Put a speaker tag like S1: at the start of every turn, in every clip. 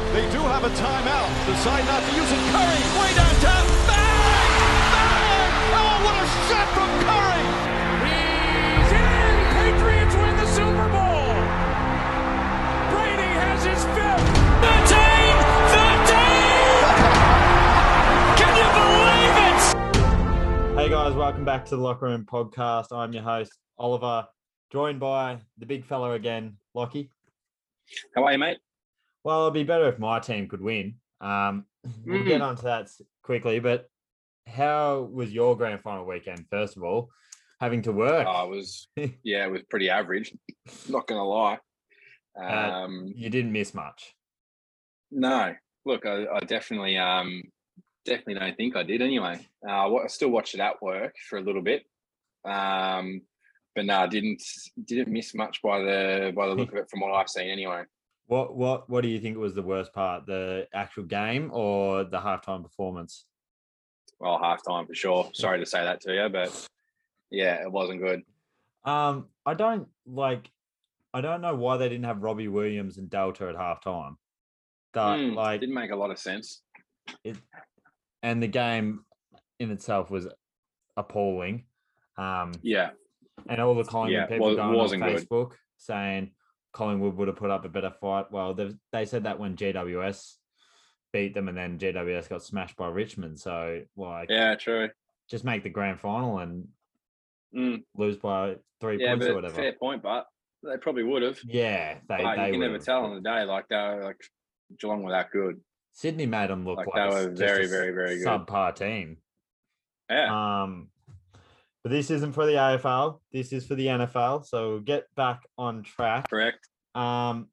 S1: a timeout. Decide not to use it. Curry, way downtown. Bang! Bang! Oh, what a shot from Curry!
S2: He's in! Patriots win the Super Bowl! Brady has his fifth! 13! 13! Can you believe it?
S3: Hey guys, welcome back to the Locker Room Podcast. I'm your host, Oliver, joined by the big fella again, Lockie.
S4: How are you, mate?
S3: Well, it'd be better if my team could win. Um, we'll get
S4: Hmm.
S3: onto that s- quickly, but how was your grand final weekend, first of all? Having to work.
S4: Oh, it was yeah, it was pretty average. Not gonna lie.
S3: Uh,
S4: Um,
S3: you didn't miss much.
S4: no, look, I, I definitely, um, definitely don't think I did. Anyway, uh, I wa- I still watched it at work for a little bit, um, but no, I didn't didn't miss much by the by the look of it from what I've seen. Anyway,
S3: What what what do you think was the worst part? The actual game or the halftime performance?
S4: well, halftime for sure. Sorry to say that to you, but yeah, it wasn't good.
S3: Um, I don't like. I don't know why they didn't have Robbie Williams and Delta at halftime. That
S4: Mm,
S3: Uh, like,
S4: didn't make a lot of sense.
S3: and the game in itself was appalling. Um,
S4: Yeah,
S3: and all the Collingwood
S4: Yeah,
S3: people
S4: wa-
S3: going on
S4: wasn't good.
S3: Facebook saying Collingwood would have put up a better fight. Well, they've- they said that when GWS beat them, and then GWS got smashed by Richmond. So like,
S4: yeah, true.
S3: just make the grand final and
S4: Mm,
S3: lose by three
S4: yeah,
S3: points or
S4: but
S3: whatever.
S4: fair point, but they probably would have.
S3: Yeah, they,
S4: Like,
S3: they
S4: you can
S3: would
S4: never
S3: have.
S4: tell on the day. Like they were like Geelong were that good.
S3: Sydney made them look like,
S4: Like, they
S3: s-
S4: were
S3: just
S4: very,
S3: a s-
S4: very, very good.
S3: subpar team.
S4: Yeah.
S3: Um, but this isn't for the AFL. This is for the NFL. So we'll get back on track.
S4: correct.
S3: Um,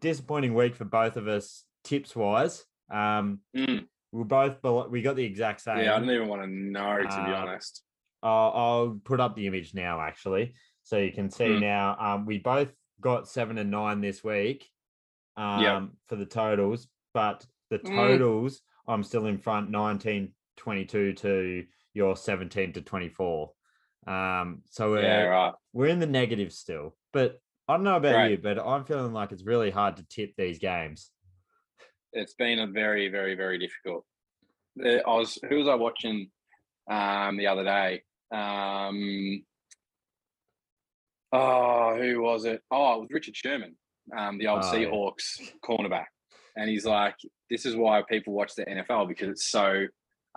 S3: disappointing week for both of us tips wise. Um,
S4: Mm.
S3: we both belo- we got the exact same.
S4: Yeah, I don't even want to know to be
S3: Uh,
S4: honest.
S3: I'll, I'll put up the image now, actually, so you can see
S4: Mm.
S3: now. Um, we both got seven and nine this week, um,
S4: Yep.
S3: for the totals, but the
S4: Mm.
S3: totals I'm still in front 19 22 to your 17 to 24. Um, so we're,
S4: Yeah, right.
S3: we're in the negative still, but I don't know about
S4: Right.
S3: you, but I'm feeling like it's really hard to tip these games.
S4: It's been a very, very, very difficult. Uh, I was who was I watching um the other day? Um oh, who was it? Oh, it was Richard Sherman, um, the old
S3: Oh, yeah.
S4: Seahawks cornerback. And he's like, this is why people watch the NFL because it's so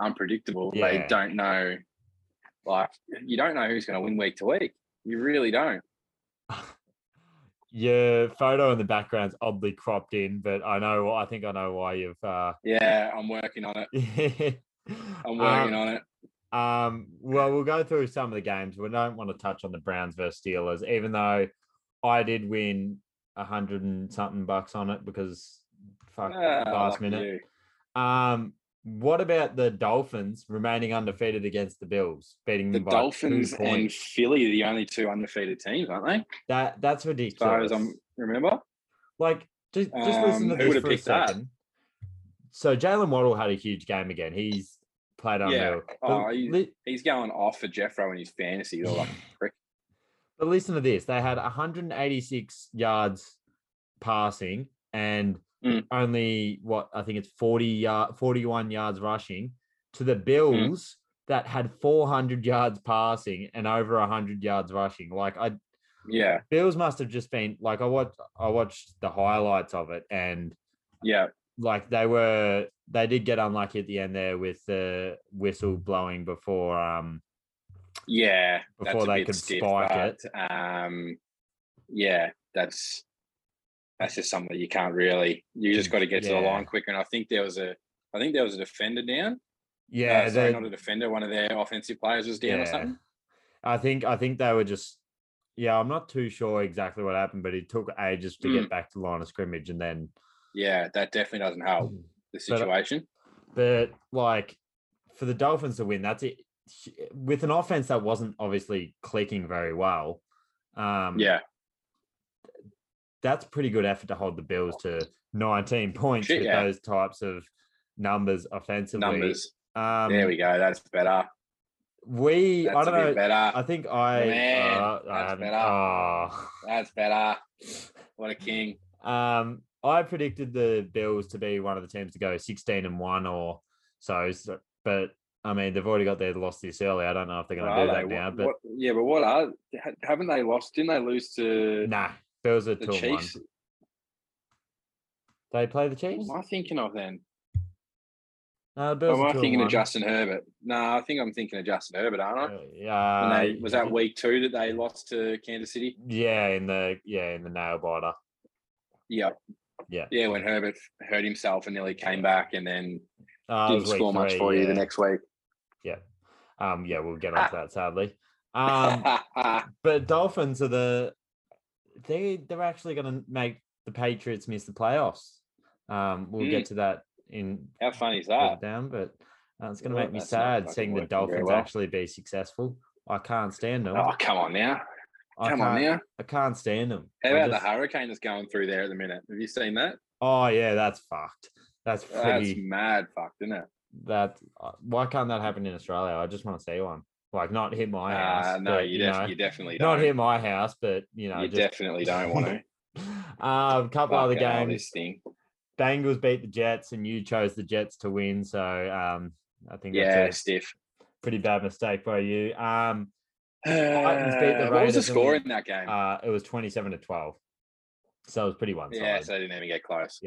S4: unpredictable. They
S3: Yeah.
S4: don't know like you don't know who's gonna win week to week. You really don't.
S3: Your photo in the background's oddly cropped in, but I know I think I know why you've uh
S4: Yeah, I'm working on it.
S3: Ah.
S4: I'm working on it.
S3: on. Um, well, we'll go through some of the games. We don't want to touch on the Browns versus Steelers, even though I did win a hundred and something bucks on it because fuck
S4: Ah,
S3: last
S4: lucky
S3: minute.
S4: you.
S3: Um, what about the Dolphins remaining undefeated against the Bills, beating
S4: The
S3: them by
S4: Dolphins
S3: two
S4: and
S3: points?
S4: Philly are the only two undefeated teams, aren't they?
S3: that that's
S4: As far as
S3: ridiculous.
S4: I remember.
S3: Like, just just listen to
S4: Um, who
S3: this
S4: would've
S3: for a
S4: picked that?
S3: second. So Jalen Waddle had a huge game again. He's played
S4: Yeah.
S3: unreal. But
S4: Oh, he's-
S3: li-
S4: He's going off for Jeffro in his fantasy. They're like, prick.
S3: but listen to this: they had 186 yards passing and
S4: Mm.
S3: only what I think it's 40 yard, 41 yards rushing to
S4: Mm.
S3: the Bills that had 400 yards passing and over 100 yards rushing. Like I
S4: Yeah,
S3: Bills must have just been like I watched I watched the highlights of it and
S4: yeah,
S3: like they were they did get unlucky at the end there with the whistle blowing before um
S4: yeah. That's
S3: Before
S4: a
S3: they
S4: bit
S3: could
S4: stiff,
S3: spike
S4: but, Um, yeah, that's that's just something that you can't really. You just got to get to the
S3: Yeah.
S4: line quicker. And I think there was a, I think there was a defender down. Uh,
S3: yeah they-
S4: sorry, not a defender. One of their offensive players was down or
S3: yeah.
S4: something.
S3: I think I think they were just yeah I'm not too sure exactly what happened but it took ages to
S4: Mm.
S3: get back to line of scrimmage and then
S4: Yeah, that definitely doesn't help the
S3: Mm. But-
S4: situation.
S3: but like for the Dolphins to win that's it with an offense that wasn't obviously clicking very well um
S4: yeah,
S3: that's pretty good effort to hold the Bills to 19 points
S4: Oh. Shit,
S3: with
S4: yeah.
S3: those types of numbers offensively.
S4: numbers.
S3: Um,
S4: there we go. That's better.
S3: we-
S4: That's
S3: I don't
S4: a bit
S3: know.
S4: better.
S3: I think I.
S4: Man,
S3: uh, I
S4: that's
S3: haven't.
S4: better.
S3: Oh.
S4: That's better. What a king.
S3: Um, I predicted the Bills to be one of the teams to go 16 and one or so, so- but I mean they've already got their loss this early. I don't know if they're going to do
S4: Are they?
S3: that now,
S4: What-
S3: but
S4: what- yeah, but what are ha- haven't they lost? Didn't they lose to
S3: nah, Bills are
S4: the
S3: Mm, two and one.
S4: Chiefs?
S3: They play the Chiefs.
S4: What am I thinking of then?
S3: No, the
S4: Or
S3: Bills
S4: am
S3: are
S4: I
S3: two and
S4: thinking
S3: one. Uh,
S4: of Justin Herbert? No, I think I'm thinking of Justin Herbert, aren't I?
S3: Yeah,
S4: And they, was that week two that they lost to Kansas City?
S3: Yeah, in the yeah in the nail biter.
S4: Yeah.
S3: Yeah.
S4: Yeah, when Herbert hurt himself and nearly came back and then
S3: Uh, it
S4: didn't
S3: was week
S4: score much
S3: three,
S4: for you
S3: yeah.
S4: the next Ah. week.
S3: Um, yeah, we'll get onto that sadly. Um, but Dolphins are the they they're actually going to make the Patriots miss the playoffs. Um, we'll get to that in
S4: How Mm. funny is
S3: further
S4: that?
S3: down, but uh, it's going to
S4: Well,
S3: make me
S4: that's not
S3: sad
S4: fucking
S3: seeing the
S4: working very
S3: Dolphins
S4: well.
S3: actually be successful. I can't stand them.
S4: Oh, come on now.
S3: I
S4: Come
S3: can't,
S4: on now.
S3: I can't stand them.
S4: How
S3: I
S4: about
S3: just-
S4: the hurricane that's going through there at the minute? Have you seen that?
S3: Oh yeah, that's fucked. That's
S4: That's
S3: pretty.
S4: mad fucked, isn't it?
S3: That uh, why can't that happen in Australia? I just want to see one. Like not hit my house.
S4: Uh, no,
S3: but,
S4: you,
S3: you
S4: def-
S3: know,
S4: you definitely
S3: not
S4: don't.
S3: hit my house, but you know,
S4: you
S3: just
S4: definitely don't want to.
S3: um, couple other
S4: Fucking hell,
S3: games.
S4: This thing.
S3: Bengals beat the Jets, and you chose the Jets to win. So um, I think
S4: Yeah,
S3: that's
S4: stiff.
S3: a pretty bad mistake by you. Um, Titans beat the
S4: Uh, what was the
S3: Raiders and
S4: score
S3: we-
S4: in that game?
S3: uh, it was twenty-seven to twelve, so it was pretty one-sided.
S4: yeah, so they didn't even get close.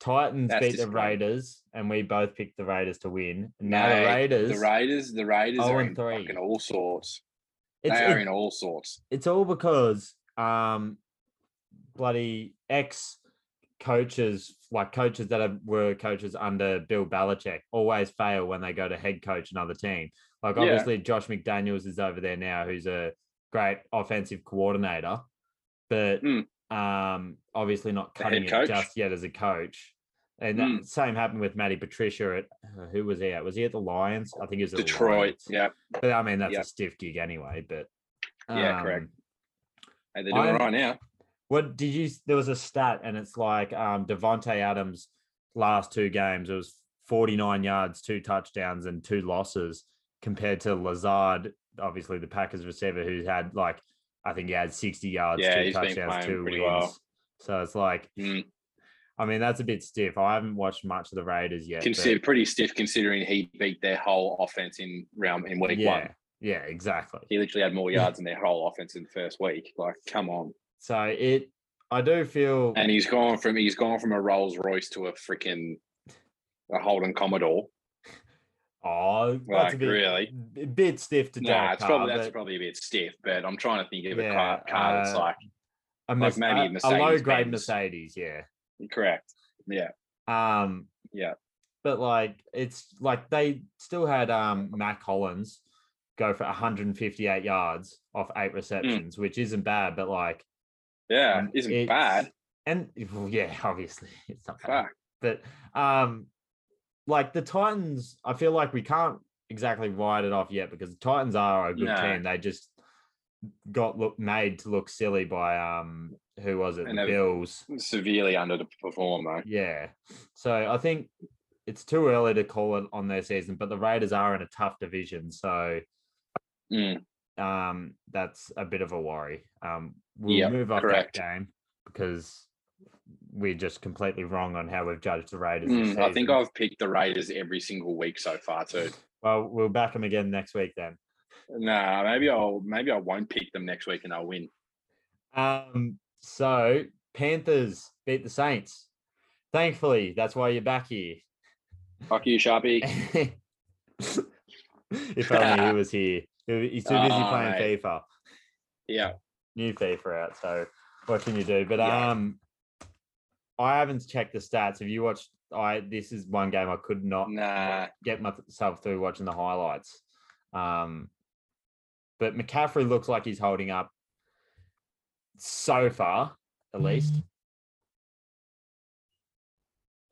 S3: Titans
S4: that's
S3: beat the
S4: disappointing.
S3: Raiders, and we both picked the Raiders to win. Now the
S4: Mate,
S3: Raiders,
S4: The Raiders, the Raiders
S3: Oh,
S4: are
S3: and
S4: in
S3: three.
S4: fucking all sorts.
S3: it's,
S4: they are
S3: it-
S4: in all sorts.
S3: it's all because um, bloody ex coaches, like coaches that have, were coaches under Bill Belichick, always fail when they go to head coach another team. Like
S4: Yeah.
S3: obviously Josh McDaniels is over there now, who's a great offensive coordinator, but
S4: Mm.
S3: um, obviously not
S4: The
S3: cutting
S4: head
S3: it
S4: coach.
S3: just yet as a coach. And that
S4: Mm.
S3: same happened with Matty Patricia at uh, who was he at? Was he at the Lions? I think he was at the
S4: Detroit.
S3: Lions.
S4: Yeah.
S3: But I mean that's
S4: Yeah.
S3: a stiff gig anyway. But
S4: Yeah, correct.
S3: um,
S4: Hey, they're doing
S3: I'm-
S4: right now.
S3: what did you? There was a stat, and it's like um, Devonte Adams' last two games. It was forty-nine yards, two touchdowns, and two losses, compared to Lazard, obviously the Packers receiver, who's had like I think he had sixty yards,
S4: Yeah,
S3: two
S4: he's been
S3: touchdowns,
S4: playing
S3: two wins.
S4: pretty well.
S3: So it's like,
S4: Mm.
S3: I mean, that's a bit stiff. I haven't watched much of the Raiders yet. but
S4: Consider pretty stiff considering he beat their whole offense in round in week
S3: yeah,
S4: one.
S3: yeah, exactly.
S4: He literally had more
S3: Yeah.
S4: yards than their whole offense in the first week. Like, come on.
S3: So it, I do feel,
S4: And he's gone from he's gone from a Rolls Royce to a freaking a Holden Commodore.
S3: oh, that's a
S4: Like,
S3: bit,
S4: really?
S3: a bit stiff to
S4: Nah,
S3: Derek
S4: it's
S3: Carr,
S4: probably that's
S3: but-
S4: probably a bit stiff, but I'm trying to think of a
S3: Yeah,
S4: car, car that's
S3: uh,
S4: like
S3: a,
S4: Like
S3: Merce-
S4: maybe
S3: a- a
S4: Mercedes
S3: low grade
S4: Benz.
S3: Mercedes, yeah.
S4: correct. Yeah.
S3: Um,
S4: Yeah.
S3: but like it's like they still had um Mac Hollins go for 158 yards off eight
S4: Hmm.
S3: receptions, which isn't bad, but like
S4: Yeah.
S3: um,
S4: Uh, Isn't
S3: it's-
S4: bad.
S3: And well, yeah, obviously it's not bad.
S4: Fuck.
S3: But um, like the Titans, I feel like we can't exactly write it off yet because the Titans are a good
S4: No.
S3: team. They just got look made to look silly by um who was it?
S4: And
S3: the
S4: they've-
S3: Bills.
S4: Severely underperform though.
S3: Yeah. So I think it's too early to call it on their season, but the Raiders are in a tough division, so
S4: Mm.
S3: um that's a bit of a worry. Um we'll
S4: Yep,
S3: move off
S4: correct.
S3: that game because we're just completely wrong on how we've judged the Raiders. this
S4: Mm, I think
S3: season.
S4: I've picked the Raiders every single week so far too.
S3: well we'll back them again next week then.
S4: Nah, maybe I'll maybe I won't pick them next week and I'll win.
S3: Um so Panthers beat the Saints. Thankfully, that's why you're back here.
S4: Fuck you, Sharpie.
S3: if only he was here. He- He's too busy
S4: Oh,
S3: playing
S4: mate.
S3: FIFA.
S4: Yeah,
S3: new FIFA out, so what can you do? But
S4: Yeah.
S3: um, I haven't checked the stats. Have you watched? I this is one game I could not
S4: nah.
S3: uh, get myself through watching the highlights. Um, but McCaffrey looks like he's holding up so far, at least.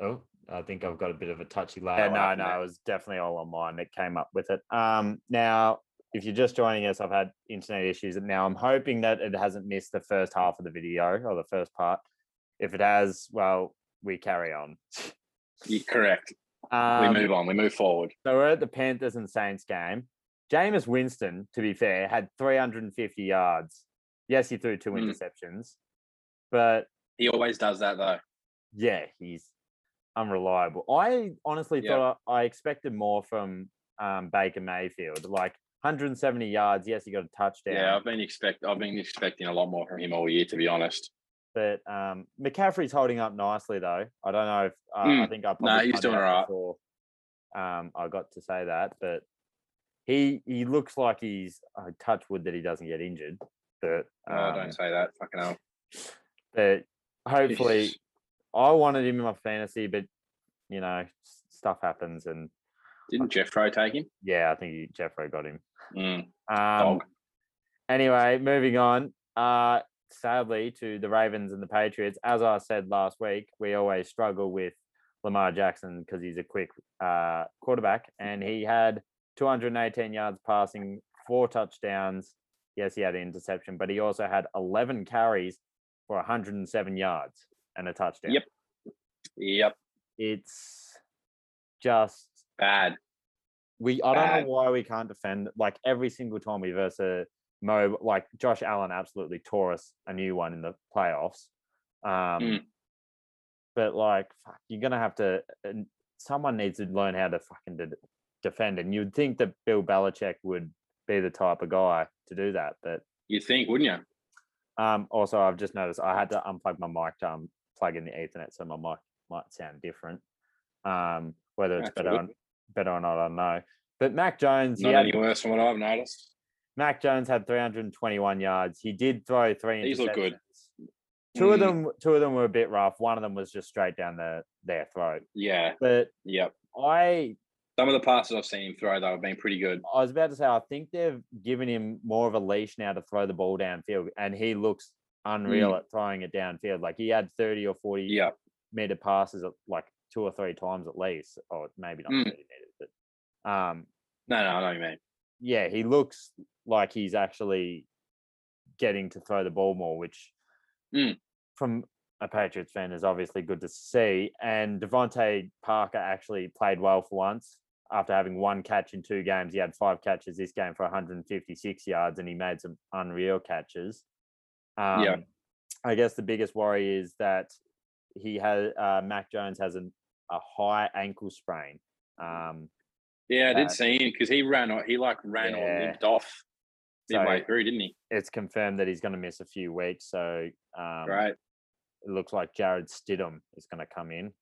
S3: Oh, I think I've got a bit of a touchy lag.
S4: what happened there?
S3: was definitely all on mine that came up with it. Um, now, if you're just joining us, I've had internet issues. And now I'm hoping that it hasn't missed the first half of the video or the first part. If it has, well, we carry on.
S4: You're correct. We
S3: Um,
S4: move on. We move forward.
S3: so we're at the Panthers and Saints game. Jameis Winston, to be fair, had 350 yards. Yes, he threw two
S4: Mm.
S3: interceptions, but
S4: He always does that though.
S3: yeah, he's unreliable. I honestly
S4: Yeah.
S3: thought I, I expected more from um, Baker Mayfield. Like 170 yards. Yes, he got a touchdown.
S4: Yeah, I've been expect I've been expecting a lot more from him all year, to be honest.
S3: But um, McCaffrey's holding up nicely, though. I don't know if uh, I
S4: Mm.
S3: think I probably
S4: Nah, he's
S3: said
S4: doing
S3: that
S4: alright.
S3: before, um, I got to say that, but he he looks like he's I touch wood that he doesn't get injured, but
S4: Oh,
S3: um,
S4: don't say that. Fucking hell.
S3: but hopefully I wanted him in my fantasy, but you know s- stuff happens, and
S4: Didn't Jeffro take him?
S3: yeah, I think he, Jeffrey got him.
S4: Mm,
S3: Um,
S4: dog.
S3: anyway, moving on. Uh, sadly, to the Ravens and the Patriots, as I said last week, we always struggle with Lamar Jackson because he's a quick uh, quarterback, and he had 218 yards passing, four touchdowns. Yes, he had an interception, but he also had 11 carries for 107 yards and a touchdown.
S4: Yep. Yep.
S3: It's just
S4: Bad.
S3: we I don't
S4: bad.
S3: know why we can't defend like every single time we verse a Mo like Josh Allen absolutely tore us a new one in the playoffs. Um
S4: Mm.
S3: but like fuck, you're gonna have to and someone needs to learn how to fucking de- defend and you'd think that Bill Belichick would be the type of guy to do that. But
S4: You'd think, wouldn't you?
S3: um also I've just noticed I had to unplug my mic to um, plug in the Ethernet so my mic might sound different. Um whether it's
S4: That's
S3: better
S4: good.
S3: on, better or not, I don't know. But Mac Jones, he
S4: Not
S3: had-
S4: any worse than what I've noticed.
S3: Mac Jones had 321 yards. He did throw three interceptions.
S4: These look good.
S3: Two of
S4: Mm,
S3: them, two of them were a bit rough. One of them was just straight down the their throat.
S4: Yeah.
S3: But
S4: Yep.
S3: I,
S4: Some of the passes I've seen him throw though have been pretty good.
S3: I was about to say, I think they've given him more of a leash now to throw the ball downfield, and he looks unreal at throwing it downfield. Like he had 30 or 40
S4: Yeah.
S3: meter passes at like two or three times at least, or maybe not
S4: Mm.
S3: 30 meters, but um,
S4: No, no, I know what you mean.
S3: yeah, he looks like he's actually getting to throw the ball more, which
S4: Mm.
S3: from a Patriots fan is obviously good to see. And Devontae Parker actually played well for once. After having one catch in two games, he had five catches this game for 156 yards, and he made some unreal catches. Um,
S4: Yeah.
S3: I guess the biggest worry is that he has uh, Mac Jones has an, a high ankle sprain. Um,
S4: Yeah, I
S3: Bad.
S4: did see him because he ran or he like ran
S3: Yeah.
S4: or limped off
S3: So-
S4: midway through, didn't he?
S3: it's confirmed that he's going to miss a few weeks. So um,
S4: Right.
S3: it looks like Jared Stidham is going to come in.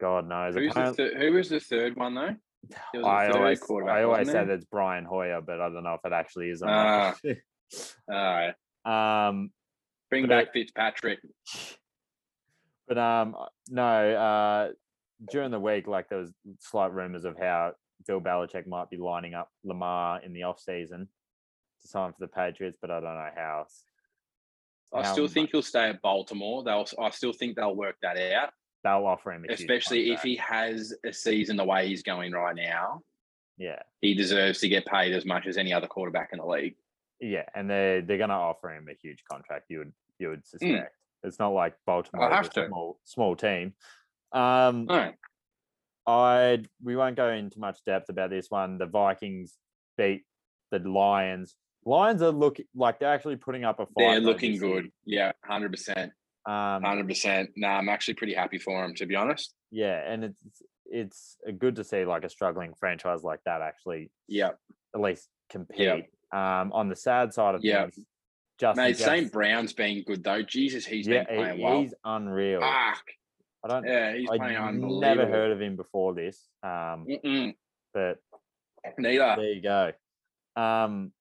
S3: God knows.
S4: Who's the
S3: Apparently-
S4: th- who was the third one though? He was the
S3: I
S4: third
S3: always,
S4: quarterback,
S3: I always say
S4: wasn't
S3: that it's Brian Hoyer, but I don't know if it actually is. Or
S4: All right. Ah.
S3: not. um,
S4: Bring
S3: But
S4: back Fitzpatrick.
S3: but um, no. Uh, during the week, like there was slight rumors of how Bill Belichick might be lining up Lamar in the off season to sign for the Patriots, but I don't know how.
S4: I
S3: how
S4: still
S3: much
S4: think he'll stay at Baltimore. They'll I still think they'll work that out,
S3: they'll offer him, a huge
S4: especially if
S3: contract.
S4: he has a season the way he's going right now.
S3: yeah.
S4: He deserves to get paid as much as any other quarterback in the league.
S3: Yeah, and they they're gonna offer him a huge contract. You would you would suspect it's not like Baltimore is
S4: Mm. have
S3: a
S4: to. Mm.
S3: small small team. Um,
S4: No,
S3: I we won't go into much depth about this one. The Vikings beat the Lions. Lions are look like they're actually putting up a fight.
S4: they're
S3: though
S4: looking
S3: this year.
S4: good. Yeah, hundred percent,
S3: Um,
S4: hundred percent. Nah, I'm actually pretty happy for him to be honest.
S3: yeah, and it's it's uh, good to see like a struggling franchise like that actually
S4: Yeah,
S3: at least compete. Um, on the sad side of
S4: Yeah.
S3: things, Justin
S4: mate. St.
S3: Jefferson-
S4: Brown's been good though. Jesus, he's
S3: yeah,
S4: been playing
S3: he-
S4: well.
S3: he's unreal.
S4: Fuck,
S3: I don't
S4: yeah, he's playing
S3: I'd
S4: unbelievable.
S3: never heard of him before this. Um,
S4: Mm-mm,
S3: but
S4: neither.
S3: there you go. Um,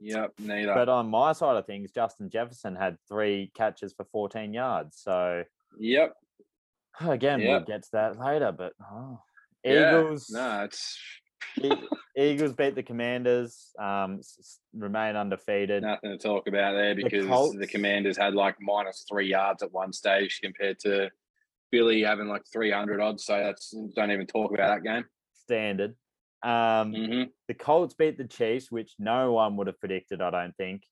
S4: Yep, neither.
S3: but on my side of things, Justin Jefferson had three catches for 14 yards. So
S4: yep.
S3: again,
S4: Yep.
S3: we'll get to that later. But oh.
S4: Yeah,
S3: Eagles,
S4: No, it's
S3: E- Eagles beat the Commanders. Um, s- s- remain undefeated.
S4: nothing to talk about there because the,
S3: Colts-
S4: commanders had like minus three yards at one stage compared to Billy having like 300 odds. So that's don't even talk about that game.
S3: Standard. Um,
S4: hmm
S3: The Colts beat the Chiefs, which no one would have predicted. I don't think.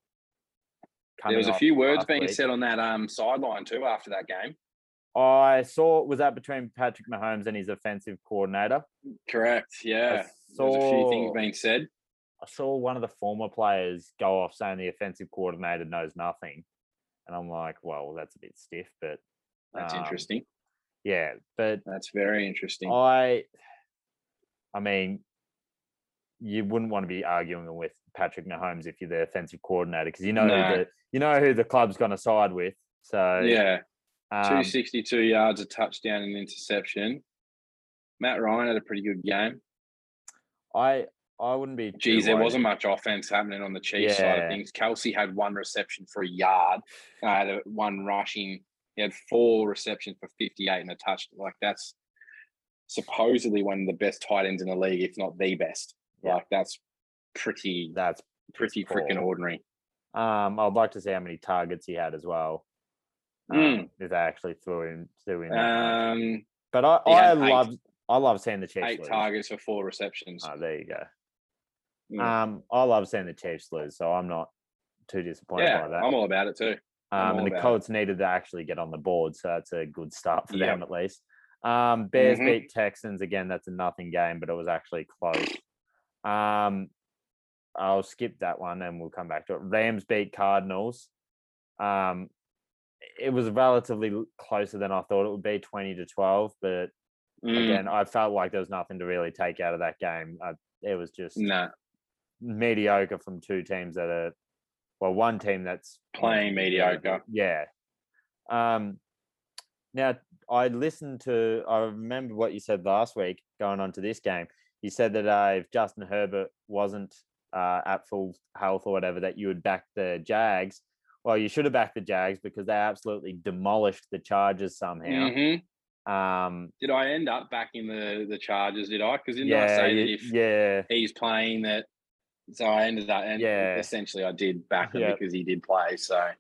S4: There was
S3: coming
S4: a
S3: off
S4: few words
S3: last
S4: being
S3: week.
S4: said on that um, sideline too after that game.
S3: I saw was that between Patrick Mahomes and his offensive coordinator.
S4: Correct. Yeah. There was a few things
S3: saw-
S4: being said.
S3: I saw one of the former players go off saying the offensive coordinator knows nothing, and I'm like, well, that's a bit stiff, but
S4: That's
S3: um, oh,
S4: interesting.
S3: yeah, but
S4: That's very interesting.
S3: I, I mean, you wouldn't want to be arguing with Patrick Mahomes if you're the offensive coordinator because you know
S4: No.
S3: who the, you know who the club's going to side with. So
S4: yeah,
S3: um,
S4: 262 yards, a touchdown, and interception. Matt Ryan had a pretty good game.
S3: I I wouldn't be. too
S4: Geez, there
S3: worried.
S4: wasn't much offense happening on the Chiefs side
S3: Yeah.
S4: of things. Kelsey had one reception for a yard. I had a, one rushing. He had four receptions for 58 and a touch. Like that's supposedly one of the best tight ends in the league, if not the best.
S3: Yeah.
S4: Like that's pretty,
S3: That's
S4: pretty
S3: poor.
S4: freaking ordinary.
S3: um. I'd like to see how many targets he had as well. Um,
S4: Mm.
S3: If they actually threw him, threw him. that much.
S4: Um,
S3: but I
S4: he
S3: I
S4: had eight-
S3: love I love seeing the Chiefs
S4: eight
S3: lose.
S4: targets for four receptions.
S3: Oh, there you go.
S4: Mm.
S3: Um, I love seeing the Chiefs lose, so I'm not too disappointed
S4: yeah,
S3: by that.
S4: I'm all about it too. I'm
S3: Um,
S4: all
S3: and the
S4: about it.
S3: Colts needed to actually get on the board, so that's a good start for
S4: Yep.
S3: them at least. Um, Bears
S4: Mhm.
S3: beat Texans again. That's a nothing game, but it was actually close. Um, I'll skip that one and we'll come back to it. Rams beat Cardinals. Um, it was relatively l- closer than I thought it would be, twenty to twelve. But
S4: Mm,
S3: again, I felt like there was nothing to really take out of that game. I, it was just
S4: Nah,
S3: mediocre from two teams that are well one team that's
S4: Playing mediocre.
S3: yeah um now i listened to i remember what you said last week going on to this game you said that uh, if justin herbert wasn't uh, at full health or whatever that you would back the jags well you should have backed the jags because they absolutely demolished the chargers somehow
S4: Mhm.
S3: um
S4: Did I end up backing the the Chargers? Did I? Because didn't I
S3: yeah
S4: say
S3: you-
S4: that if
S3: yeah
S4: he's playing that. So I ended up, and
S3: Yeah.
S4: essentially I did back him
S3: Yeah.
S4: because he did play. So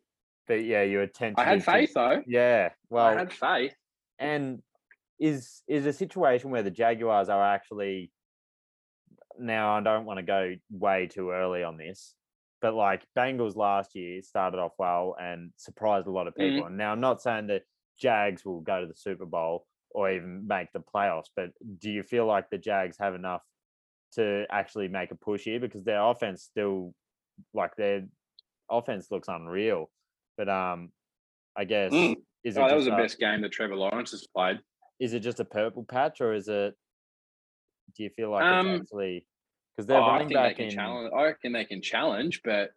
S3: but yeah you attempt
S4: I had faith though.
S3: yeah well
S4: I had faith.
S3: and is is a situation where the Jaguars are actually now I don't want to go way too early on this, but like Bengals last year started off well and surprised a lot of
S4: Mm-hmm.
S3: people. And now I'm not saying that Jags will go to the Super Bowl or even make the playoffs, but do you feel like the Jags have enough to actually make a push here? Because their offense still like their offense looks unreal. But um I guess
S4: Mm.
S3: is it
S4: Oh, that
S3: just
S4: was the
S3: a-
S4: best game that Trevor Lawrence has played.
S3: is it just a purple patch or is it do you feel like
S4: Um,
S3: it's actually because they're
S4: Oh, I
S3: running
S4: think
S3: back
S4: they can
S3: in
S4: challenge. I reckon they can challenge, but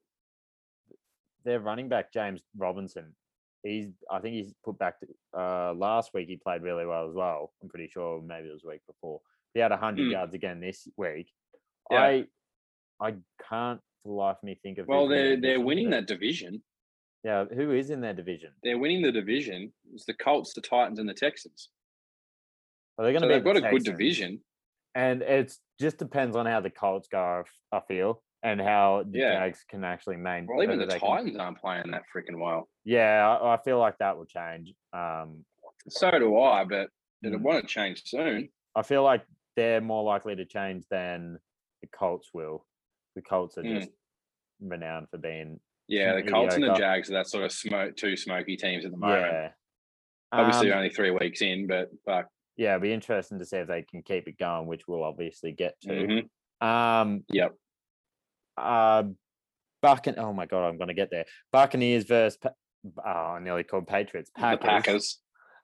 S3: their running back James Robinson he's I think he's put back to, uh last week he played really well as well I'm pretty sure maybe it was the week before he had 100
S4: Mm.
S3: yards again this week
S4: Yeah.
S3: I I can't for the life of me think of who's
S4: well,
S3: in
S4: they're
S3: their
S4: they're
S3: division,
S4: winning
S3: but-
S4: that division.
S3: yeah who is in their division
S4: They're winning the division. It's the Colts, the Titans, and the Texans.
S3: are they going
S4: So
S3: to
S4: they've
S3: be
S4: got
S3: the
S4: a good
S3: Texans?
S4: division.
S3: and it's just depends on how the Colts go I f- I feel and how the
S4: Yeah.
S3: Jags can actually maintain
S4: Well, even the Titans aren't playing that freaking well.
S3: Yeah, I, I feel like that will change. Um,
S4: So do I, but it'll
S3: Mm.
S4: want to change soon.
S3: I feel like they're more likely to change than the Colts will. The Colts are
S4: Mm.
S3: just renowned for being
S4: Yeah, the
S3: Maybe
S4: Colts and the
S3: Oka.
S4: Jags are that sort of smoke two smoky teams at the moment.
S3: yeah.
S4: Obviously,
S3: Um,
S4: we're only three weeks in, but fuck.
S3: yeah, it'll be interesting to see if they can keep it going, which we'll obviously get to.
S4: mhm.
S3: Um,
S4: Yep.
S3: Uh, Buccan- oh my god, I'm gonna get there. Buccaneers versus. Pa- oh, I nearly called Patriots.
S4: The Packers.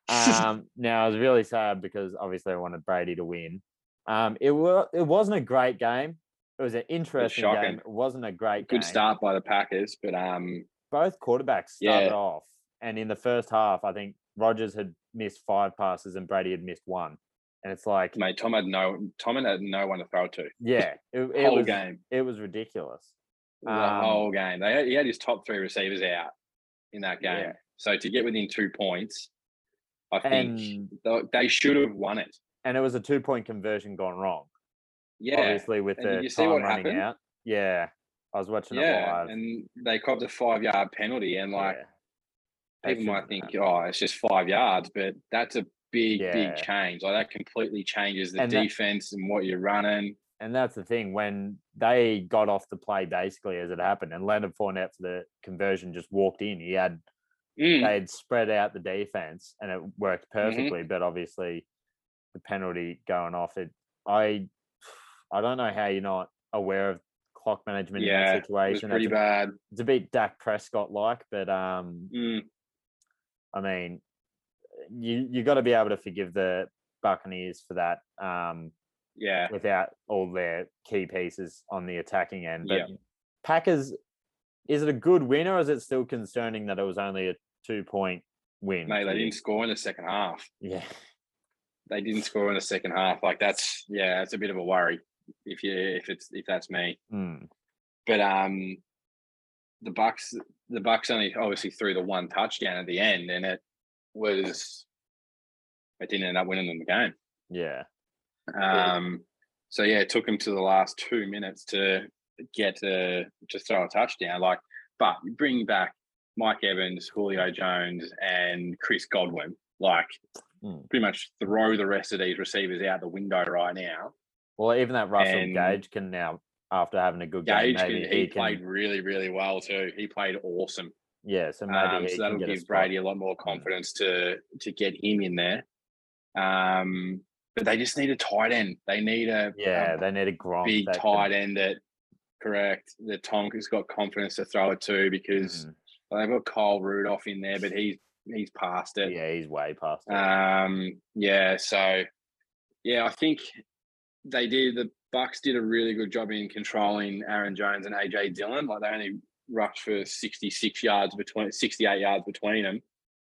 S3: um, now I was really sad because obviously I wanted Brady to win. Um, it was it wasn't a great game. It was an interesting
S4: shocking.
S3: game. It wasn't a great game.
S4: Good start by the Packers, but um,
S3: Both quarterbacks started
S4: Yeah.
S3: off, and in the first half, I think Rogers had missed five passes and Brady had missed one. And it's like,
S4: mate, Tom had no Tom had no one to throw to.
S3: yeah, it, it
S4: whole
S3: was
S4: game,
S3: it was ridiculous.
S4: the
S3: um,
S4: whole game. They had, he had his top three receivers out in that game.
S3: Yeah.
S4: So to get within two points, I think
S3: And-
S4: th- they should have won it.
S3: And it was a two point conversion gone wrong.
S4: Yeah,
S3: Obviously, with
S4: And did you
S3: the
S4: see
S3: time
S4: what
S3: running
S4: happened?
S3: out. Yeah, I was watching it
S4: yeah,
S3: live.
S4: and they copped a five yard penalty, and like.
S3: Yeah. They
S4: people might
S3: shouldn't have.
S4: think, oh, it's just five yards, but that's a big,
S3: Yeah.
S4: big change. Like that completely changes the
S3: And that-
S4: defense and what you're running.
S3: and that's the thing when they got off the play basically as it happened, and Leonard Fournette for the conversion just walked in. He had
S4: Mm, Mm-hmm.
S3: they had spread out the defense, and it worked perfectly. But obviously, the penalty going off it, I I don't know how you're not aware of clock management in
S4: Yeah, it
S3: that
S4: it was
S3: situation.
S4: pretty
S3: it's, a,
S4: bad.
S3: it's a bit Dak Prescott like, but um,
S4: Mm,
S3: I mean, you you got to be able to forgive the Buccaneers for that. Um,
S4: Yeah.
S3: without all their key pieces on the attacking end. But
S4: Yeah.
S3: Packers, is it a good win or is it still concerning that it was only a two point win?
S4: Mate,
S3: for
S4: they
S3: you?
S4: didn't score in the second half.
S3: Yeah,
S4: They didn't score in the second half. Like that's yeah, it's a bit of a worry if you if it's if that's me.
S3: Mm.
S4: But um the Bucks the Bucks only obviously threw the one touchdown at the end and it was it didn't end up winning them the game.
S3: yeah, Yeah.
S4: Um, so yeah, it took him to the last two minutes to get to to throw a touchdown. Like, but you bring back Mike Evans, Julio Jones, and Chris Godwin. Like,
S3: Mm.
S4: pretty much throw the rest of these receivers out the window right now.
S3: Well, even that Russell
S4: And-
S3: Gage can now, after having a good game,
S4: Gage,
S3: maybe
S4: can, he,
S3: he can.
S4: played really, really well too. He played awesome.
S3: yeah, so maybe
S4: Um,
S3: he
S4: so
S3: can
S4: that'll
S3: get a
S4: give
S3: spot.
S4: Brady a lot more confidence to to get him in there. Um, but they just need a tight end. They need a a
S3: Yeah, they need a Gronk.
S4: um, big
S3: that can-
S4: tight end that correct that Tonk has got confidence to throw it to because
S3: Mm.
S4: they've got Kyle Rudolph in there, but he's he's past it.
S3: Yeah, he's way past. it.
S4: Um, yeah, so yeah, I think they did the Bucks did a really good job in controlling Aaron Jones and AJ Dillon. Like they only rushed for sixty six yards between sixty eight yards between them,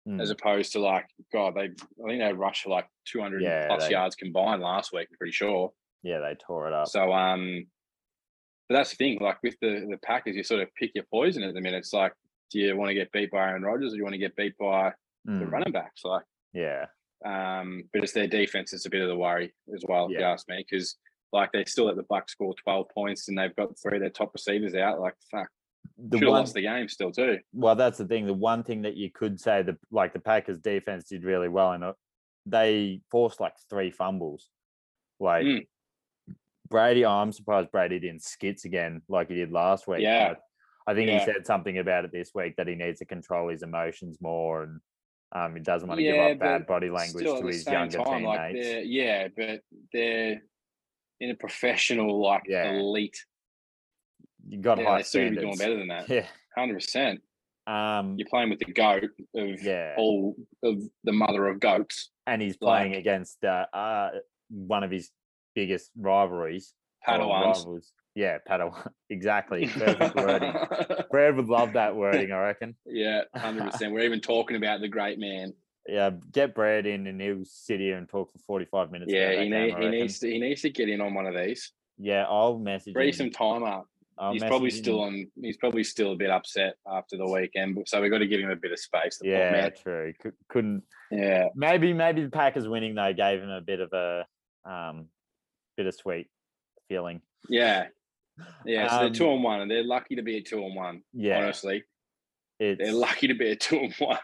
S3: Mm.
S4: as opposed to like God, they I think they rushed for like two hundred
S3: Yeah,
S4: plus
S3: they-
S4: yards combined last week. I'm pretty sure.
S3: yeah, they tore it up.
S4: So um, but that's the thing. Like with the the Packers, you sort of pick your poison at the minute. It's like, do you want to get beat by Aaron Rodgers, or do you want to get beat by the
S3: Mm.
S4: running backs? Like,
S3: Yeah,
S4: um, but it's their defense. It's a bit of the worry as well, if you
S3: Yeah.
S4: ask me, because like they still let the Bucks score twelve points, and they've got three of their top receivers out. Like, fuck,
S3: the
S4: should have
S3: one
S4: lost the game still too.
S3: well, that's the thing. The one thing that you could say the like the Packers defense did really well, and uh, they forced like three fumbles. Like
S4: Mm.
S3: Brady, oh, I'm surprised Brady didn't skits again like he did last week.
S4: Yeah.
S3: I, I think
S4: Yeah.
S3: he said something about it this week that he needs to control his emotions more, and um, he doesn't want to
S4: Yeah,
S3: give up bad
S4: but
S3: body language
S4: Still at
S3: to
S4: the
S3: his
S4: same
S3: younger
S4: time, like
S3: teammates.
S4: they're- yeah, but they're in a professional, like
S3: Yeah.
S4: elite.
S3: you got
S4: Yeah,
S3: high
S4: they still be doing
S3: standards.
S4: better than that. Hundred percent.
S3: Yeah, um,
S4: you're playing with the goat of
S3: yeah,
S4: all of the mother of goats,
S3: and he's playing
S4: like-
S3: against uh, uh, one of his biggest rivalries. or
S4: Padawans.
S3: rivals. Yeah, Padawan. Exactly. Perfect wording. Brad would love that wording, I reckon.
S4: yeah, hundred percent. We're even talking about the great man.
S3: Yeah, get Brad in and he'll sit here and talk for 45 minutes. about
S4: yeah,
S3: that game,
S4: he, need,
S3: I
S4: he
S3: reckon.
S4: needs to he needs to get in on one of these.
S3: Yeah, I'll message
S4: Free
S3: him.
S4: some time up.
S3: I'll
S4: he's probably
S3: message
S4: still
S3: him.
S4: on. He's probably still a bit upset after the weekend, but- so we've got to give him a bit of space. The poor
S3: Yeah,
S4: man.
S3: true. Cou- Couldn't.
S4: yeah,
S3: Maybe, maybe the Packers winning though gave him a bit of a um, bittersweet feeling.
S4: yeah, yeah. So
S3: Um,
S4: they're two on one, and they're lucky to be a two on one.
S3: Yeah,
S4: Honestly, they're
S3: it's
S4: lucky to be a two on one.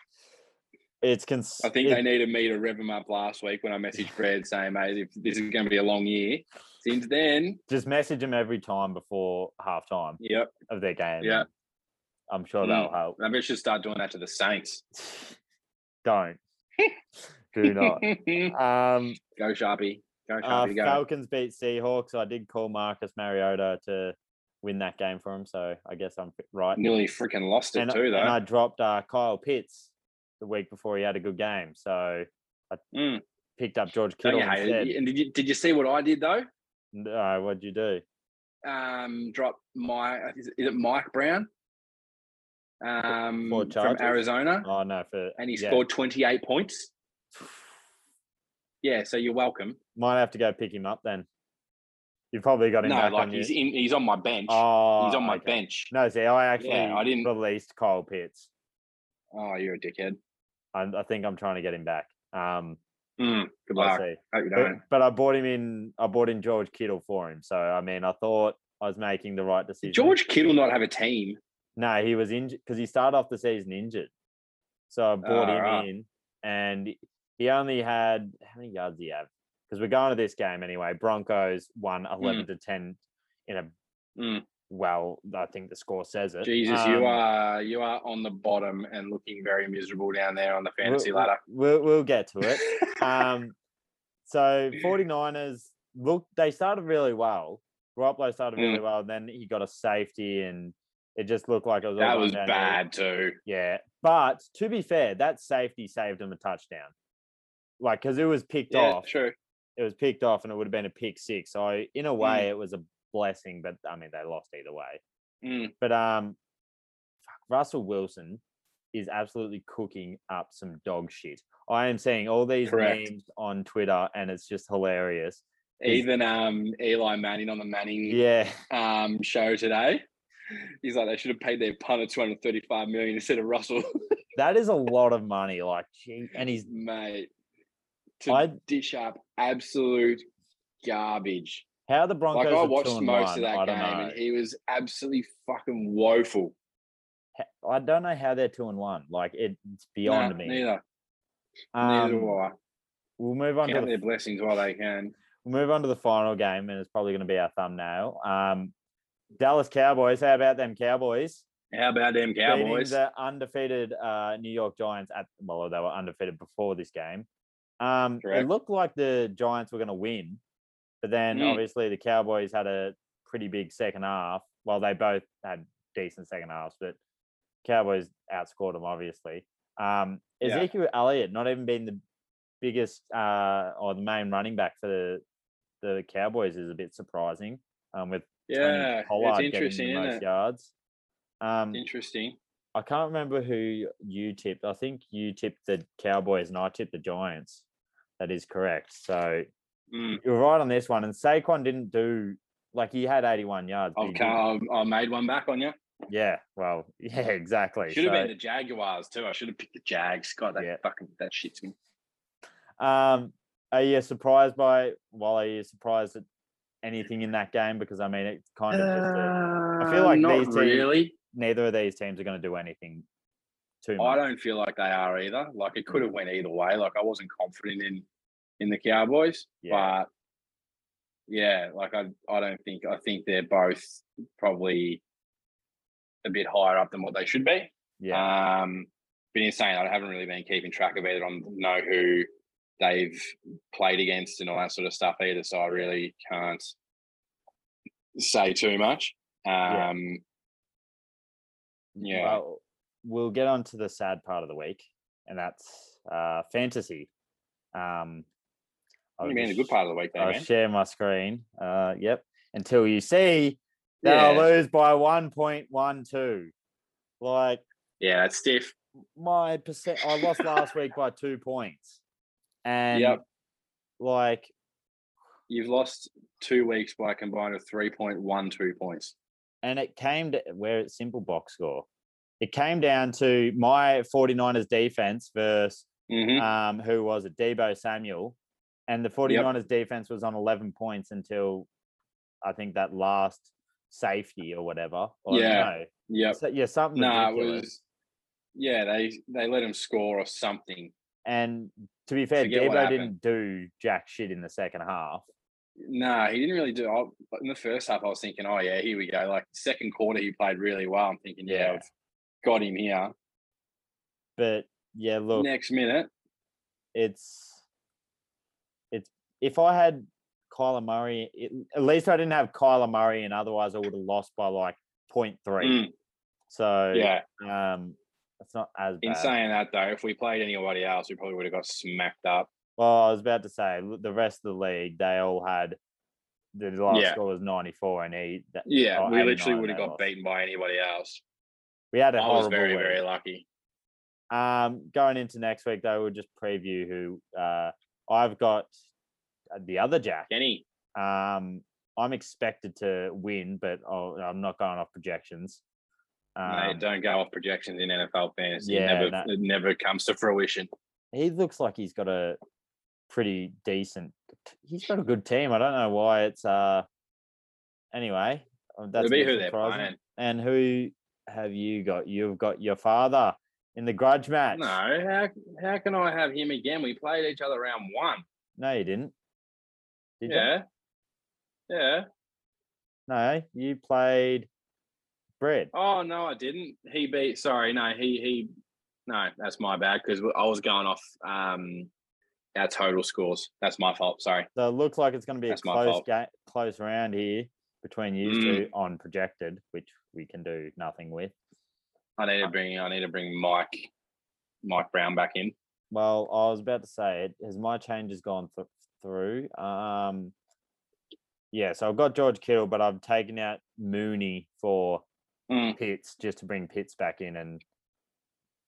S3: it's cons-
S4: I think
S3: it-
S4: they needed me to rev him up last week when I messaged Brad saying, mate, if this is going to be a long year. Since then,
S3: just message him every time before halftime
S4: yep.
S3: of their game.
S4: Yeah.
S3: and I'm sure
S4: Mm.
S3: that'll help.
S4: Maybe I should start doing that to the Saints.
S3: Don't. Do not.
S4: Go
S3: Um,
S4: Sharpie. Go
S3: uh,
S4: Sharpie. go.
S3: Falcons beat Seahawks. I did call Marcus Mariota to win that game for him, so I guess I'm fit- right.
S4: Nearly freaking lost it
S3: And, uh,
S4: too,
S3: and
S4: though.
S3: I dropped uh, Kyle Pitts the week before he had a good game, so I
S4: Mm.
S3: picked up George
S4: Don't
S3: Kittle
S4: you hate
S3: instead.
S4: it? And did you, did you see what I did, though?
S3: No, what'd you do?
S4: Um, drop my, is it- is it Mike Brown um,
S3: for
S4: from
S3: Chargers?
S4: Arizona?
S3: Oh no, for
S4: And he
S3: yeah,
S4: scored 28 points. Yeah, so you're welcome.
S3: Might have to go pick him up then. You probably got him
S4: No,
S3: back
S4: like
S3: on you.
S4: he's in, he's on my bench.
S3: oh,
S4: he's on my
S3: okay.
S4: bench.
S3: No, see, I actually
S4: I didn't-
S3: released Kyle Pitts.
S4: Oh, you're a dickhead.
S3: i I think I'm trying to get him back. Um,
S4: Mm, good
S3: we'll
S4: luck.
S3: see.
S4: Hope you
S3: But,
S4: don't.
S3: but I bought him in. I bought in George Kittle for him. So I mean, I thought I was making the right decision.
S4: Did George Kittle not have a team?
S3: No, he was injured because he started off the season injured. So I bought
S4: Ah,
S3: him
S4: right.
S3: in, and he only had how many yards did he have? Because we're going to this game anyway. Broncos
S4: Hmm.
S3: won eleven to ten in a
S4: Mm.
S3: well. I think the score says it.
S4: Jesus, you
S3: Um,
S4: are you are on the bottom and looking very miserable down there on the
S3: we'll-
S4: fantasy
S3: we'll-
S4: ladder.
S3: We'll, we'll get to it. um, so 49ers look they started really well. Garoppolo started
S4: Mm.
S3: really well. Then he got a safety, and it just looked like it was all
S4: that
S3: going
S4: was
S3: down to-
S4: bad too.
S3: Yeah, but to be fair, that safety saved him a touchdown. like because it was picked
S4: yeah,
S3: off.
S4: true.
S3: It was picked off, and it would have been a pick six. So in a way, it was a blessing, but I mean they lost either way.
S4: Mm.
S3: But um, fuck, Russell Wilson is absolutely cooking up some dog shit. I am seeing all these
S4: Correct.
S3: memes on Twitter, and it's just hilarious. He's-
S4: Even um, Eli Manning on the Manning
S3: Yeah,
S4: um, show today. He's like, they should have paid their punter 235 million instead of Russell.
S3: that is a lot of money. Like, gee, and he's
S4: Mate, to
S3: I
S4: dish up absolute garbage.
S3: how the Broncos.
S4: Like, I
S3: are two
S4: watched
S3: and
S4: most
S3: one,
S4: of that
S3: I
S4: game
S3: don't know.
S4: and he was absolutely fucking woeful.
S3: Ha- I don't know how they're two and one. Like it's beyond
S4: Nah,
S3: me.
S4: Neither.
S3: Um,
S4: neither do I.
S3: we'll move on to
S4: Count
S3: the
S4: their blessings while they can.
S3: we'll move on to the final game, and it's probably going to be our thumbnail. Um, Dallas Cowboys. How about them Cowboys?
S4: How about them
S3: beating
S4: Cowboys?
S3: the undefeated uh, New York Giants at well, they were undefeated before this game. Um, it
S4: Correct.
S3: looked like the Giants were going to win, but then
S4: Mm.
S3: obviously the Cowboys had a pretty big second half. Well, they both had decent second halves, but Cowboys outscored them obviously. Um,
S4: Yeah.
S3: Ezekiel Elliott not even being the biggest uh, or the main running back for the the Cowboys is a bit surprising. Um, with Tony
S4: Yeah,
S3: Pollard
S4: it's interesting,
S3: getting the
S4: isn't
S3: most
S4: it?
S3: yards. Um,
S4: Interesting.
S3: I can't remember who you tipped. I think you tipped the Cowboys and I tipped the Giants. That is correct. So
S4: Mm.
S3: you're right on this one. And Saquon didn't do like he had 81 yards. but
S4: I've,
S3: he
S4: ca-
S3: didn't-
S4: I've, I made one back on you.
S3: Yeah. Well. Yeah. Exactly.
S4: Should have
S3: So-
S4: been the Jaguars too. I should have picked the Jags. God, that
S3: Yeah.
S4: fucking that shits me.
S3: Um, are you surprised by? Well, are you surprised at anything in that game? Because I mean, it's kind of just a, I feel
S4: Uh,
S3: like
S4: not
S3: these teams-
S4: really.
S3: neither of these teams are going to do anything too
S4: I
S3: much.
S4: don't feel like they are either. Like it could have went either way. Like I wasn't confident in in the Cowboys,
S3: Yeah.
S4: but yeah, like I I don't think I think they're both probably a bit higher up than what they should be.
S3: yeah.
S4: Um, been insane. I haven't really been keeping track of either. I don't know who they've played against and all that sort of stuff either. So I really can't say too much.
S3: Yeah.
S4: Um, yeah.
S3: Well, we'll get on to the sad part of the week, and that's uh, fantasy. Um, I'll
S4: What do you mean the
S3: just-
S4: good part of the week, though,
S3: I'll
S4: man?
S3: share my screen. Uh, yep. Until you see that I
S4: Yeah.
S3: lose by 1.12. Like
S4: Yeah, that's stiff.
S3: my percent, I lost last week by two points. And
S4: Yep.
S3: like,
S4: You've lost two weeks by a combined of 3.12 points.
S3: and it came to where it's simple box score. It came down to my 49ers defense versus
S4: hmm
S3: um, who was it? Debo Samuel. And the 49ers defense was on 11 points until I think that last safety or whatever. Or
S4: Yeah.
S3: No.
S4: Yep.
S3: So, yeah, something
S4: No, it
S3: ridiculous.
S4: was. Yeah, they they let him score or something.
S3: And to be fair,
S4: Forget what
S3: Debo
S4: happened.
S3: didn't do jack shit in the second half.
S4: No, he didn't really do. I, in the first half, I was thinking, oh yeah, here we go. Like second quarter, he played really well. I'm thinking, yeah,
S3: Yeah.
S4: we've got him here.
S3: But yeah, look,
S4: Next minute,
S3: it's it's if I had Kyler Murray, it, at least I didn't have Kyler Murray, and otherwise I would have lost by like 0.3.
S4: Mm,
S3: So
S4: yeah.
S3: um, it's not as bad.
S4: In saying that though, if we played anybody else, we probably would have got smacked up.
S3: Well, I was about to say l- the rest of the league, they all had the last
S4: Yeah.
S3: score was 94, and he that,
S4: Yeah,
S3: Oh,
S4: we literally
S3: 89,
S4: would have
S3: they
S4: got
S3: lost.
S4: beaten by anybody else.
S3: we had a
S4: I was
S3: horrible
S4: very,
S3: week.
S4: very lucky.
S3: Um, going into next week, though, we'll just preview who uh, I've got uh, the other Jack.
S4: Kenny,
S3: Um, I'm expected to win, but I'll, I'm not going off projections.
S4: mate,
S3: Um,
S4: don't go off projections in NFL fantasy. It
S3: yeah,
S4: never,
S3: no.
S4: it never comes to fruition.
S3: he looks like he's got a pretty decent. He's got a good team. I don't know why it's. uh Anyway, uh, that's
S4: It'll
S3: a
S4: be
S3: bit
S4: who they're
S3: surprising.
S4: playing.
S3: And who have you got? You've got your father in the grudge match.
S4: No, how, how can I have him again? We played each other round one.
S3: No, you didn't. Did you?
S4: yeah, yeah.
S3: No, you played Bread.
S4: Oh no, I didn't. He beat. Sorry, no, he he. No, that's my bad because I was going off um our total scores. That's my fault. Sorry.
S3: So it looks like it's going to be a
S4: That's my
S3: close
S4: fault.
S3: ga- close round here between you
S4: Mm.
S3: two on projected, which we can do nothing with.
S4: I need to bring I need to bring Mike Mike Brown back in.
S3: Well, I was about to say it. Has my changes gone th- through? Um, yeah, so I've got George Kittle, but I've taken out Mooney for
S4: Mm.
S3: Pitts just to bring Pitts back in and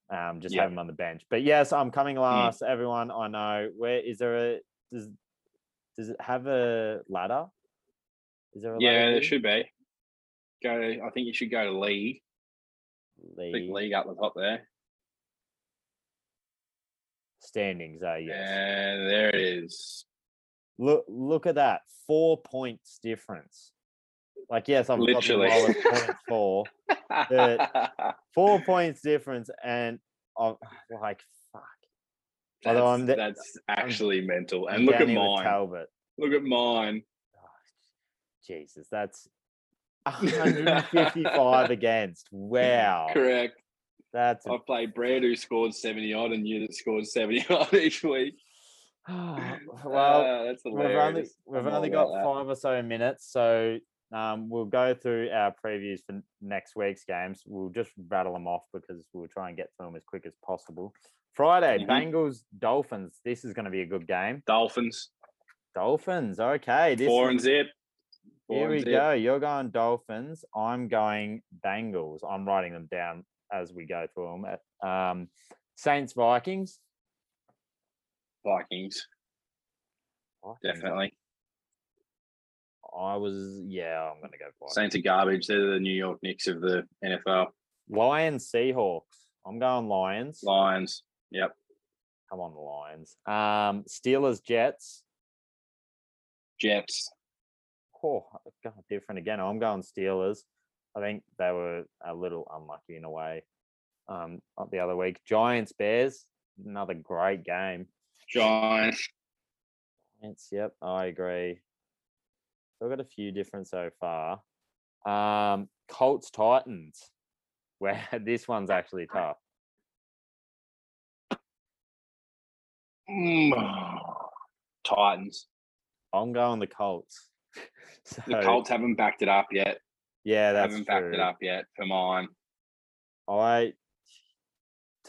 S3: um, just
S4: Yeah. Mm.
S3: have him on the bench. But yes, I'm coming last. Everyone, I know. Where is there a does does it have a ladder? Is there a
S4: Yeah,
S3: ladder?
S4: there
S3: here?
S4: should be. Go. I think you should go to league. Big
S3: League
S4: league up the top there.
S3: standings. Uh, yes.
S4: Yeah, there it is.
S3: Look, look at that. Four points difference. Like, yes, I've
S4: Literally.
S3: got the lowest point four. The- Four points difference, and I'm like, fuck.
S4: that's,
S3: although I'm the-
S4: that's actually mental.
S3: I'm
S4: And look at
S3: down here with
S4: mine.
S3: Talbot.
S4: Look at mine.
S3: Oh, Jesus, that's 155 against. Wow.
S4: Correct.
S3: That's a-
S4: I played Brad who scored 70 odd and you that scored 70 odd each week. Oh,
S3: well.
S4: Ah, that's
S3: We've only
S4: hilarious.
S3: we've
S4: I'm all
S3: only
S4: about
S3: got
S4: that.
S3: five or so minutes, so um, we'll go through our previews for n- next week's games. We'll just rattle them off because we'll try and get through them as quick as possible. Friday,
S4: Mhm.
S3: Bengals Dolphins. This is going to be a good game.
S4: Dolphins.
S3: Dolphins. Okay, this
S4: Four
S3: is-
S4: and zip. Four
S3: here
S4: and
S3: we
S4: zip.
S3: go. You're going Dolphins. I'm going Bengals. I'm writing them down as we go through them. Um, Saints Vikings.
S4: Vikings,
S3: Vikings, I-
S4: definitely.
S3: I was yeah. I'm going to go Vikings.
S4: Saints are garbage. They're the New York Knicks of the NFL.
S3: Lions Seahawks. I'm going Lions.
S4: Lions.
S3: Come on, the Lions. Um, Steelers Jets.
S4: Jets.
S3: Oh, I've gone different again. I'm going Steelers. I think they were a little unlucky in a way. Um, not the other week. Giants Bears. Another great game.
S4: Giants.
S3: Giants. Yep, I agree. Still got a few different so far. Um, Colts Titans. Where this one's actually tough.
S4: Mm. Titans.
S3: I'm going the Colts.
S4: The
S3: So,
S4: Colts haven't backed it up yet.
S3: Yeah, that's
S4: haven't backed it
S3: true.
S4: up yet for mine.
S3: I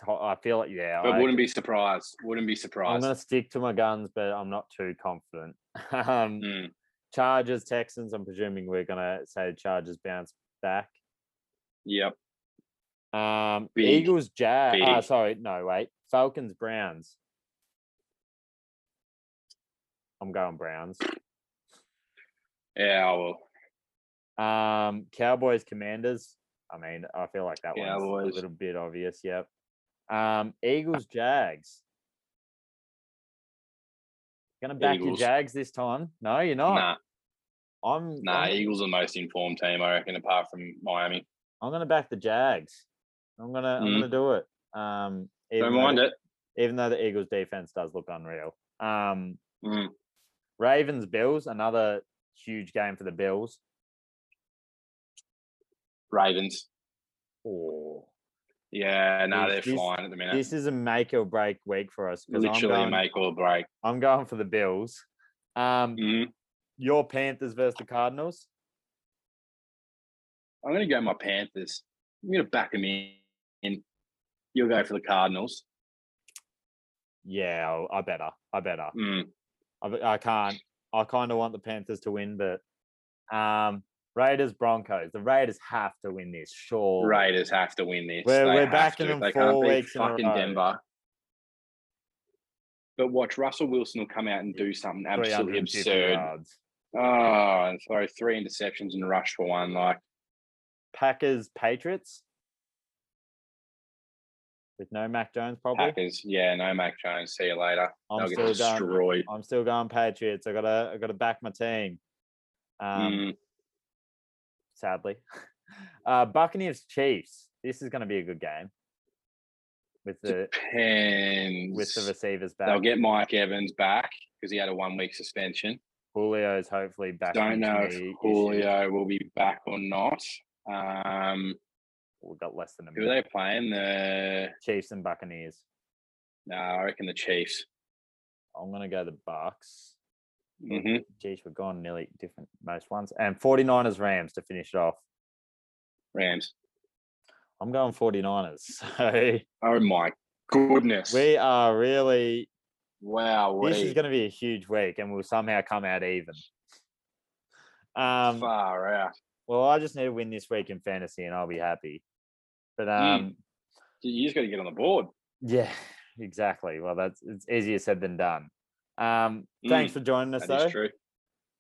S3: t- I feel like yeah,
S4: But
S3: I,
S4: wouldn't be surprised. Wouldn't be
S3: I'm
S4: surprised.
S3: gonna stick to my guns, but I'm not too confident. um,
S4: Mm.
S3: Chargers, Texans. I'm presuming we're gonna say Chargers bounce back.
S4: Yep.
S3: Um,
S4: Big,
S3: Eagles, Jazz. Uh,
S4: big.
S3: sorry, no wait. Falcons, Browns. I'm going Browns.
S4: Yeah, I will.
S3: Um, Cowboys, Commanders. I mean, I feel like that one's
S4: Cowboys.
S3: a little bit obvious. Yep. Um, Eagles, Jags. Gonna back
S4: Eagles.
S3: your Jags this time? No, you're not.
S4: Nah,
S3: I'm,
S4: nah.
S3: I'm
S4: Eagles are the most informed team, I reckon, apart from Miami.
S3: I'm gonna back the Jags. I'm gonna I'm
S4: Mm.
S3: gonna do it. Um, even
S4: Don't
S3: though
S4: mind
S3: the-
S4: it.
S3: Even though the Eagles' defense does look unreal. Um,
S4: Mm.
S3: Ravens, Bills. Another huge game for the Bills.
S4: Ravens.
S3: Oh.
S4: Yeah, no,
S3: This-
S4: they're
S3: this-
S4: flying at the minute.
S3: This is a make or break week for us because I'm
S4: Literally
S3: going,
S4: make or break.
S3: I'm going for the Bills. Um,
S4: Mm.
S3: your Panthers versus the Cardinals.
S4: I'm going to go my Panthers. I'm going to back them in. And you'll go for the Cardinals.
S3: Yeah, I I better. I better.
S4: Mm.
S3: I, be- I can't. I kind of want the Panthers to win, but um, Raiders Broncos. The Raiders have to win this. Sure.
S4: Raiders have to win this.
S3: We're-
S4: They
S3: we're
S4: have
S3: backing
S4: to.
S3: them
S4: They
S3: four
S4: can't beat
S3: weeks in a
S4: fucking
S3: row.
S4: Denver. But watch, Russell Wilson will come out and do something absolutely
S3: 350
S4: absurd.
S3: yards.
S4: Oh, and throw three interceptions and rush for one. Like,
S3: Packers Patriots. With no Mac Jones, probably.
S4: Packers, yeah, no Mac Jones. See you later.
S3: I'm
S4: They'll get
S3: still going.
S4: destroyed.
S3: I'm still going Patriots. I gotta. I gotta back my team. Um,
S4: Mm,
S3: sadly. Uh, Buccaneers Chiefs. This is going to be a good game with the Mm, with the
S4: Depends.
S3: receivers back.
S4: They'll get Mike Evans back because he had a one-week suspension.
S3: Julio's hopefully back.
S4: Don't
S3: from
S4: know if
S3: knee issue.
S4: Julio will be back or not. Um,
S3: We've got less than a
S4: who are
S3: minute.
S4: they playing? The
S3: Chiefs and Buccaneers.
S4: no, I reckon the Chiefs.
S3: I'm going to go the Bucks.
S4: hmm
S3: Geez, we're gone nearly different most ones. And 49ers Rams to finish it off.
S4: Rams.
S3: I'm going 49ers. So
S4: Oh my goodness.
S3: We are really.
S4: wow.
S3: This is going to be a huge week, and we'll somehow come out even. Um,
S4: Far out.
S3: well, I just need to win this week in fantasy, and I'll be happy. But um,
S4: Mm. You just got to get on the board.
S3: Yeah, exactly. Well, that's it's easier said than done. Um, thanks for joining us,
S4: Mm. That is
S3: though.
S4: true.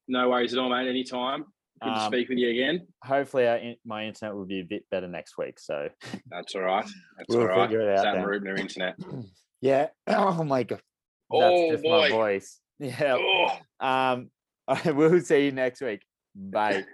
S4: No worries at all, mate. Anytime. Good to
S3: Um,
S4: speak with you again.
S3: Hopefully, our, in- my internet will be a bit better next week. So,
S4: That's all right. That's
S3: We'll
S4: all right.
S3: figure it out
S4: Sat in
S3: then.
S4: the room, their internet.
S3: yeah. Oh my god,
S4: Oh,
S3: my
S4: boy.
S3: voice. Yeah.
S4: Oh,
S3: Um, I will see you next week. Bye.